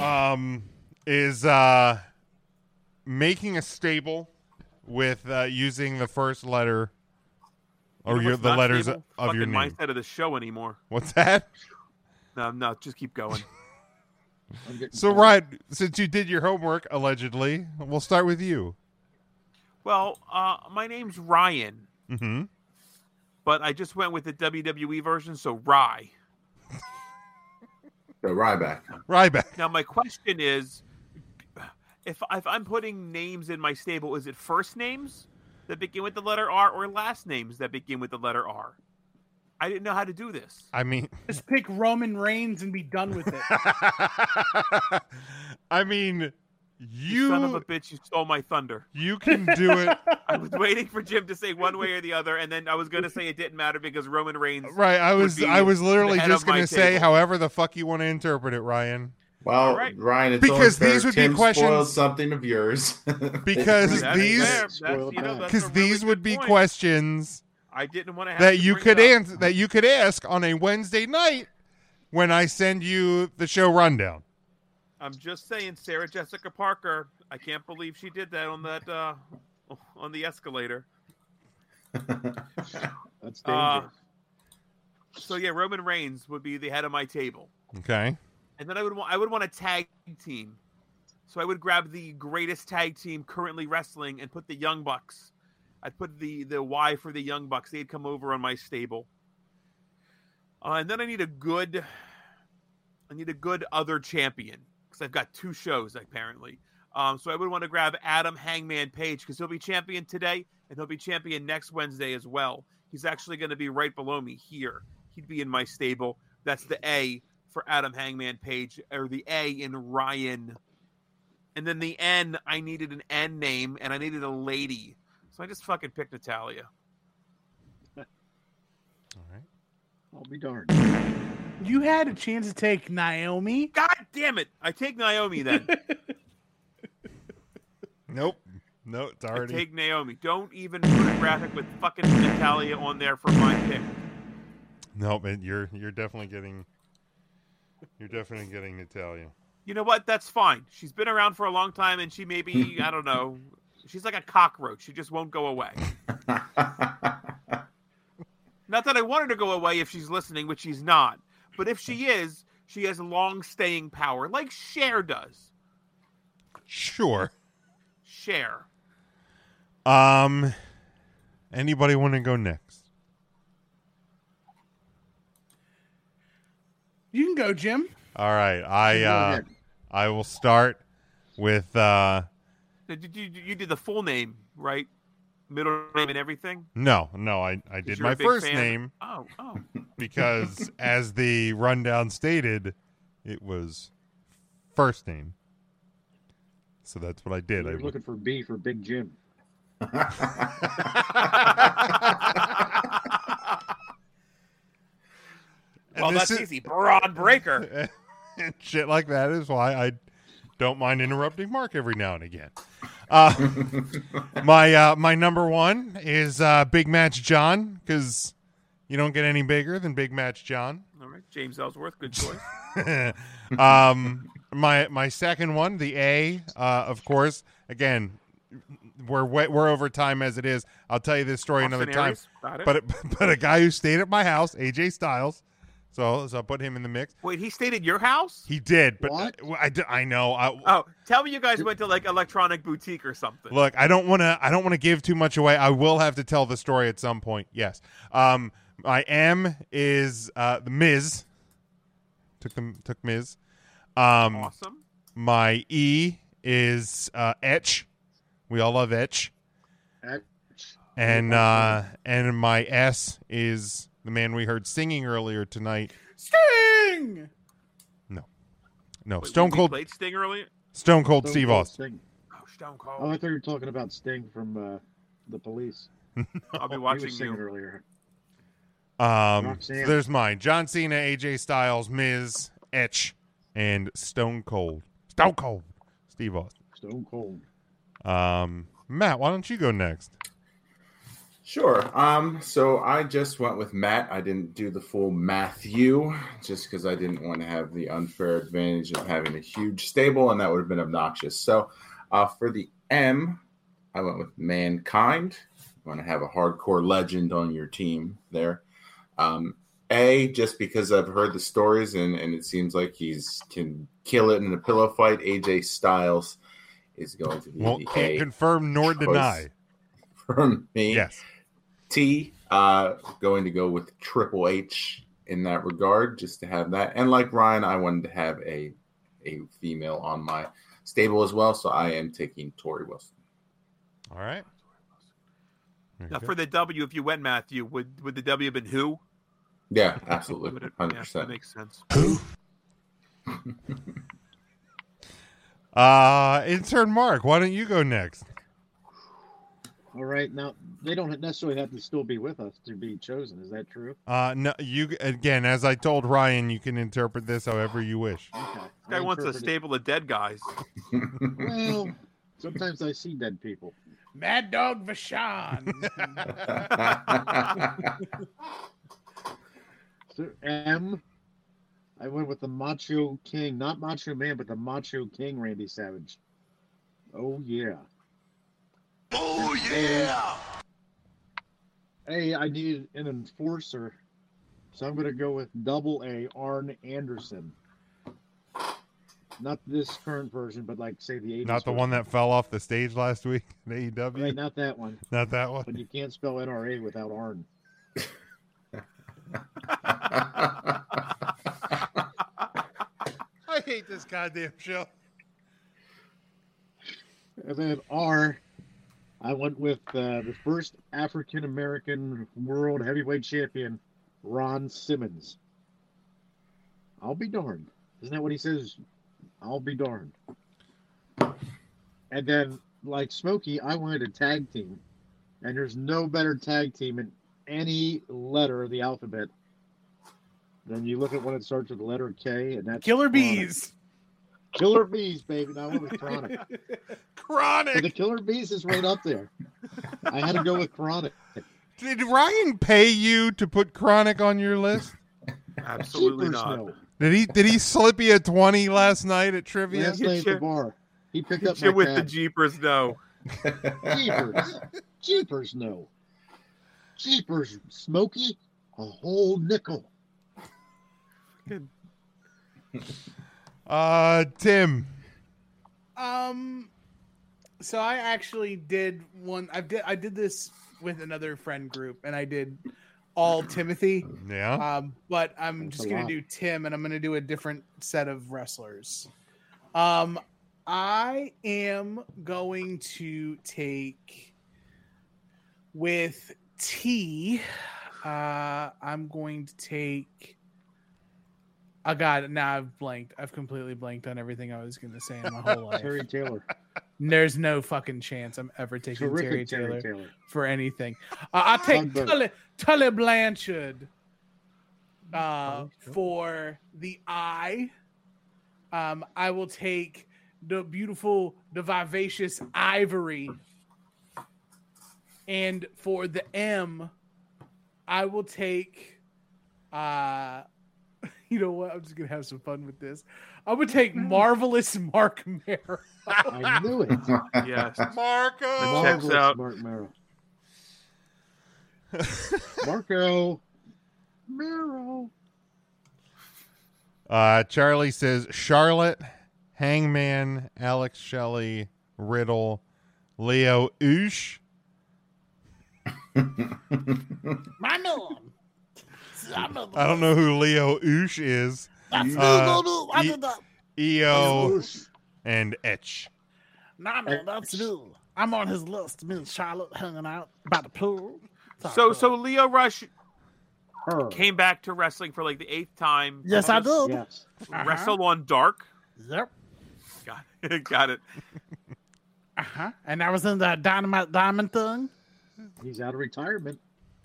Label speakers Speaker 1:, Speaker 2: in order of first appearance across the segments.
Speaker 1: um, is uh, making a stable with uh, using the first letter
Speaker 2: You
Speaker 1: or
Speaker 2: know
Speaker 1: your,
Speaker 2: what's
Speaker 1: the
Speaker 2: not
Speaker 1: letters
Speaker 2: stable?
Speaker 1: of your
Speaker 2: Fucking
Speaker 1: name.
Speaker 2: mindset of the show anymore.
Speaker 1: What's that?
Speaker 2: No, no, just keep going.
Speaker 3: I'm getting
Speaker 1: So,
Speaker 3: cold.
Speaker 1: Ryan, since you did your homework allegedly, we'll start with you.
Speaker 2: well, uh, my name's Ryan,
Speaker 1: Mm-hmm.
Speaker 2: but I just went with the WWE version, so Rye.
Speaker 3: So Ryback.
Speaker 1: Ryback.
Speaker 2: Now my question is, if if I'm putting names in my stable, is it first names that begin with the letter R or last names that begin with the letter R? I didn't know how to do this.
Speaker 1: I mean,
Speaker 4: Just pick Roman Reigns and be done with it.
Speaker 1: I mean,
Speaker 2: You son of a
Speaker 1: you
Speaker 2: bitch! You stole my thunder.
Speaker 1: you can do it.
Speaker 2: I was waiting for Jim to say one way or the other, and then I was going to say it didn't matter because Roman Reigns.
Speaker 1: Right. I
Speaker 2: would
Speaker 1: was
Speaker 2: be
Speaker 1: I was literally
Speaker 2: the head
Speaker 1: just
Speaker 2: of my
Speaker 1: going to say
Speaker 2: table.
Speaker 1: however the fuck you want to interpret it, Ryan.
Speaker 3: Well,
Speaker 2: All right.
Speaker 3: Ryan, it's
Speaker 1: Because
Speaker 3: only fair
Speaker 1: these would be
Speaker 3: Tim
Speaker 1: questions-
Speaker 3: spoiled something of yours.
Speaker 1: Because
Speaker 2: That ain't
Speaker 1: these-
Speaker 2: fair. That's,
Speaker 3: Spoiled
Speaker 2: you know,
Speaker 3: back.
Speaker 2: that's
Speaker 1: Cuz
Speaker 2: a really
Speaker 1: these would
Speaker 2: good
Speaker 1: be
Speaker 2: point.
Speaker 1: questions
Speaker 2: I didn't want to have
Speaker 1: that
Speaker 2: to
Speaker 1: you
Speaker 2: bring
Speaker 1: could
Speaker 2: up.
Speaker 1: answer that you could ask on a Wednesday night when I send you the show rundown.
Speaker 2: I'm just saying, Sarah Jessica Parker. I can't believe she did that on that uh, on the escalator.
Speaker 3: That's dangerous.
Speaker 2: Uh, so yeah, Roman Reigns would be the head of my table,
Speaker 1: Okay.
Speaker 2: and then I would want I would want a tag team. So I would grab the greatest tag team currently wrestling and put the Young Bucks. I'd put the the Y for the Young Bucks. They'd come over on my stable. Uh, and then I need a good, I need a good other champion because I've got two shows apparently. Um, so I would want to grab Adam Hangman Page because he'll be champion today and he'll be champion next Wednesday as well. He's actually going to be right below me here. He'd be in my stable. That's the A for Adam Hangman Page or the A in Ryan. And then the N, I needed an N name and I needed a lady. So I just fucking picked Natalia.
Speaker 1: All right.
Speaker 3: I'll be darned.
Speaker 4: you had a chance to take Naomi.
Speaker 2: God damn it. I take Naomi then.
Speaker 1: Nope. No, it's
Speaker 2: I
Speaker 1: already
Speaker 2: take Naomi. Don't even put a graphic with fucking Natalia on there for my pick.
Speaker 1: No, man, you're you're definitely getting you're definitely getting Natalia.
Speaker 2: You know what? That's fine. She's been around for a long time and she maybe, I don't know, she's like a cockroach. She just won't go away. Not that I want her to go away if she's listening, which she's not. But if she is, she has long staying power, like Cher does.
Speaker 1: Sure.
Speaker 2: Cher.
Speaker 1: Um anybody want to go next?
Speaker 4: You can go, Jim.
Speaker 1: All right. I uh I will start with uh
Speaker 2: Now, Did you, you did the full name, right? Middle name and everything?
Speaker 1: no, no, I I
Speaker 2: 'Cause
Speaker 1: did
Speaker 2: you're a
Speaker 1: my
Speaker 2: big
Speaker 1: first
Speaker 2: fan.
Speaker 1: name
Speaker 2: Oh, oh.
Speaker 1: because as the rundown stated, it was first name. So that's what I did. I
Speaker 3: You're looking for B for Big Jim.
Speaker 1: and
Speaker 2: well,
Speaker 1: this
Speaker 2: that's
Speaker 1: is-
Speaker 2: easy. Braun Breaker.
Speaker 1: and shit like that is why I don't mind interrupting Mark every now and again. Uh, my uh, my number one is uh, Big Match John because you don't get any bigger than Big Match John.
Speaker 2: All right, James Ellsworth, good choice.
Speaker 1: um, my my second one, the A, uh, of course. Again, we're way, we're over time as it is. I'll tell you this story another
Speaker 2: Austin
Speaker 1: time.
Speaker 2: Aries, got it.
Speaker 1: But but a guy who stayed at my house, AJ Styles. So so I put him in the mix.
Speaker 2: Wait, he stayed at your house?
Speaker 1: He did, but uh,
Speaker 3: What?
Speaker 1: I, I d- I know. I,
Speaker 2: Oh, tell me you guys went to like Electronic Boutique or something.
Speaker 1: Look, I don't want to. I don't want to give too much away. I will have to tell the story at some point. Yes. Um, my M is uh the Miz. Took them. Took Miz. Um,
Speaker 2: awesome.
Speaker 1: my E is uh Etch. We all love Etch.
Speaker 3: Etch.
Speaker 1: And uh, and my S is the man we heard singing earlier tonight.
Speaker 4: Sting.
Speaker 1: No,
Speaker 2: Wait,
Speaker 1: Stone
Speaker 2: we
Speaker 1: Cold.
Speaker 2: played Sting earlier.
Speaker 1: Stone Cold
Speaker 3: Stone
Speaker 1: Steve
Speaker 3: Cold
Speaker 1: Austin.
Speaker 3: Sting.
Speaker 2: Oh, Stone
Speaker 3: Oh, I
Speaker 2: Cold.
Speaker 3: thought you were talking about Sting from uh, the police.
Speaker 2: I'll be
Speaker 3: he
Speaker 2: watching
Speaker 3: was singing
Speaker 2: you.
Speaker 3: earlier.
Speaker 1: Um, so
Speaker 3: Roxanne.
Speaker 1: there's mine: John Cena, AJ Styles, Miz, Etch, and Stone Cold. Stone Cold, Steve Austin.
Speaker 3: Stone Cold.
Speaker 1: Um, Matt, why don't you go next?
Speaker 5: Sure. Um, so I just went with Matt. I didn't do the full Matthew just because I didn't want to have the unfair advantage of having a huge stable, and that would have been obnoxious. So uh, for the M, I went with Mankind. You want to have a hardcore legend on your team there. Um, a, just because I've heard the stories and, and it seems like he's can kill it in a pillow fight. AJ Styles is going to be
Speaker 1: Won't
Speaker 5: the
Speaker 1: can't
Speaker 5: A
Speaker 1: confirm nor
Speaker 5: choice.
Speaker 1: deny.
Speaker 5: from me.
Speaker 1: Yes.
Speaker 5: T uh, going to go with Triple H in that regard, just to have that. And like Ryan, I wanted to have a a female on my stable as well, so I am taking Tori Wilson.
Speaker 1: All right. There you
Speaker 2: Now
Speaker 1: go.
Speaker 2: for the W, if you went Matthew, would would the W have been who?
Speaker 5: Yeah,
Speaker 2: Would
Speaker 5: absolutely,
Speaker 2: it-
Speaker 5: hundred
Speaker 2: yeah, that
Speaker 5: percent.
Speaker 2: makes sense.
Speaker 1: Uh, intern Mark, why don't you go next?
Speaker 3: All right, now they don't necessarily have to still be with us to be chosen. Is that true?
Speaker 1: Uh, no, you again. As I told Ryan, you can interpret this however you wish.
Speaker 3: Okay.
Speaker 2: This guy
Speaker 3: I
Speaker 2: wants a
Speaker 3: interpreted-
Speaker 2: stable of dead guys.
Speaker 3: Well, sometimes I see dead people.
Speaker 4: Mad Dog Vashon.
Speaker 3: So M, I went with the Macho King, not Macho Man, but the Macho King, Randy Savage. Oh yeah. Oh yeah. Hey, I needed an enforcer, so I'm gonna go with Double A Arn Anderson. Not this current version, but like say the 80s.
Speaker 1: Not the
Speaker 3: version.
Speaker 1: one that fell off the stage last week in AEW.
Speaker 3: Right, not that one.
Speaker 1: Not that one.
Speaker 3: But you can't spell NRA without Arn.
Speaker 1: I hate this goddamn show.
Speaker 3: And then R, I went with uh, the first African American world heavyweight champion, Ron Simmons. I'll be darned. Isn't that what he says? I'll be darned. And then, like Smokey, I wanted a tag team. And there's no better tag team in any letter of the alphabet than you look at when it starts with the letter K, and that's
Speaker 4: Killer
Speaker 3: Chronic.
Speaker 4: bees.
Speaker 3: Killer bees, baby. Now I went with Chronic. But the
Speaker 1: Chronic.
Speaker 3: Killer Bees is right up there. I had to go with Chronic.
Speaker 1: Did Ryan pay you to put Chronic on your list?
Speaker 2: Absolutely
Speaker 3: Jeepers,
Speaker 2: not.
Speaker 3: no.
Speaker 1: Did he did he slip you a twenty last night at trivia?
Speaker 3: Last night at the bar, he picked up my
Speaker 2: Shit with the
Speaker 3: tab.
Speaker 2: Jeepers, no.
Speaker 3: Jeepers. Jeepers, no. Jeepers, Smokey, a whole nickel.
Speaker 1: Uh, Tim.
Speaker 4: Um, so I actually did one. I did. I did this with another friend group, and I did all Timothy.
Speaker 1: Yeah.
Speaker 4: Um, but I'm
Speaker 3: That's
Speaker 4: just
Speaker 3: a
Speaker 4: gonna
Speaker 3: lot.
Speaker 4: do Tim, and I'm gonna do a different set of wrestlers. Um, I am going to take with T. Uh, I'm going to take. Oh God! Now I've blanked. I've completely blanked on everything I was going to say in my whole life.
Speaker 3: Terry Taylor.
Speaker 4: There's no fucking chance I'm ever taking Terry
Speaker 3: Terrific
Speaker 4: Taylor
Speaker 3: Terry Taylor.
Speaker 4: for anything. Uh, I'll take
Speaker 3: Thunberg.
Speaker 4: Tully, Tully Blanchard uh, for the eye. Um, I will take the beautiful, the vivacious Ivory. And for the M, I will take. Uh, you know what? I'm just gonna have some fun with this. I would take marvelous Mark Mary.
Speaker 3: I knew it.
Speaker 2: Yes.
Speaker 1: Marco.
Speaker 2: Check.
Speaker 3: Marvelous
Speaker 2: out.
Speaker 3: Mark Merrill. Marco. Merrill.
Speaker 1: Uh, Charlie says Charlotte, Hangman, Alex Shelley, Riddle, Leo Oosh.
Speaker 4: My norm.
Speaker 1: I don't know who Leo Oosh is. Uh, E- EO and Etch.
Speaker 6: Nah, man, that's new. I'm on his list. Me and Charlotte hanging out by the pool.
Speaker 2: So so Leo Rush
Speaker 3: Her.
Speaker 2: came back to wrestling for like the eighth time.
Speaker 6: yes, I did.
Speaker 3: Yes.
Speaker 2: Wrestled on Dark.
Speaker 6: Yep.
Speaker 2: Got it. Got it.
Speaker 6: Uh huh. And I was in that dynamite diamond thing.
Speaker 3: He's out of retirement.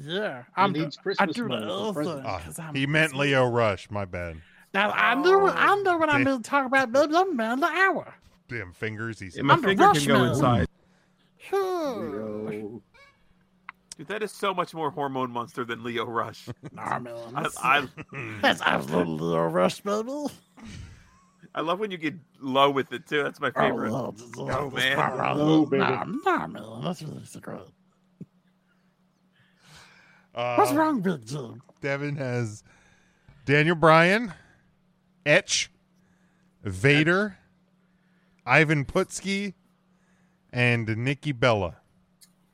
Speaker 6: Yeah,
Speaker 3: He
Speaker 6: I'm.
Speaker 3: needs
Speaker 6: I
Speaker 3: Christmas
Speaker 6: do the
Speaker 3: money for
Speaker 6: other thing.
Speaker 3: presents.
Speaker 1: Uh,
Speaker 6: 'cause I'm-
Speaker 1: he meant Leo Rush. My bad.
Speaker 6: Now I knew.
Speaker 3: Oh.
Speaker 6: I know what I'm going to talk about. Baby, I'm man of the hour.
Speaker 1: Damn fingers. He's
Speaker 2: And my
Speaker 6: I'm the
Speaker 2: finger can
Speaker 6: Rush
Speaker 2: go
Speaker 6: Man.
Speaker 2: inside.
Speaker 6: Sure.
Speaker 3: Leo.
Speaker 2: Dude, that is so much more hormone monster than Leo Rush.
Speaker 6: Nah, man.
Speaker 2: I,
Speaker 6: That's,
Speaker 2: I,
Speaker 6: that's absolutely little rush, baby.
Speaker 2: I love when you get low with it too. That's my favorite.
Speaker 6: Oh,
Speaker 2: No, man.
Speaker 3: No, baby.
Speaker 6: Nah, nah, man. That's really secret.
Speaker 1: Uh,
Speaker 6: What's wrong, Big Jim?
Speaker 1: Devin has Daniel Bryan, Etch, Vader, Ivan Putski, and Nikki Bella.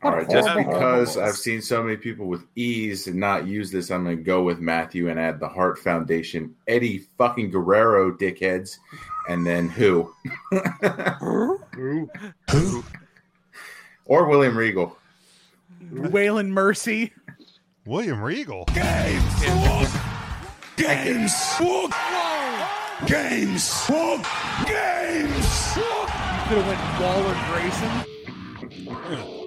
Speaker 5: All
Speaker 6: What
Speaker 5: right, just
Speaker 2: horrible
Speaker 5: because
Speaker 6: hormones.
Speaker 5: I've seen so many people with ease and not use this, I'm going to go with Matthew and add the Heart Foundation, Eddie fucking Guerrero, dickheads, and then who?
Speaker 3: Ooh,
Speaker 5: or William Regal.
Speaker 4: Waylon Mercy.
Speaker 1: William Regal.
Speaker 4: Could have went Waller Grayson.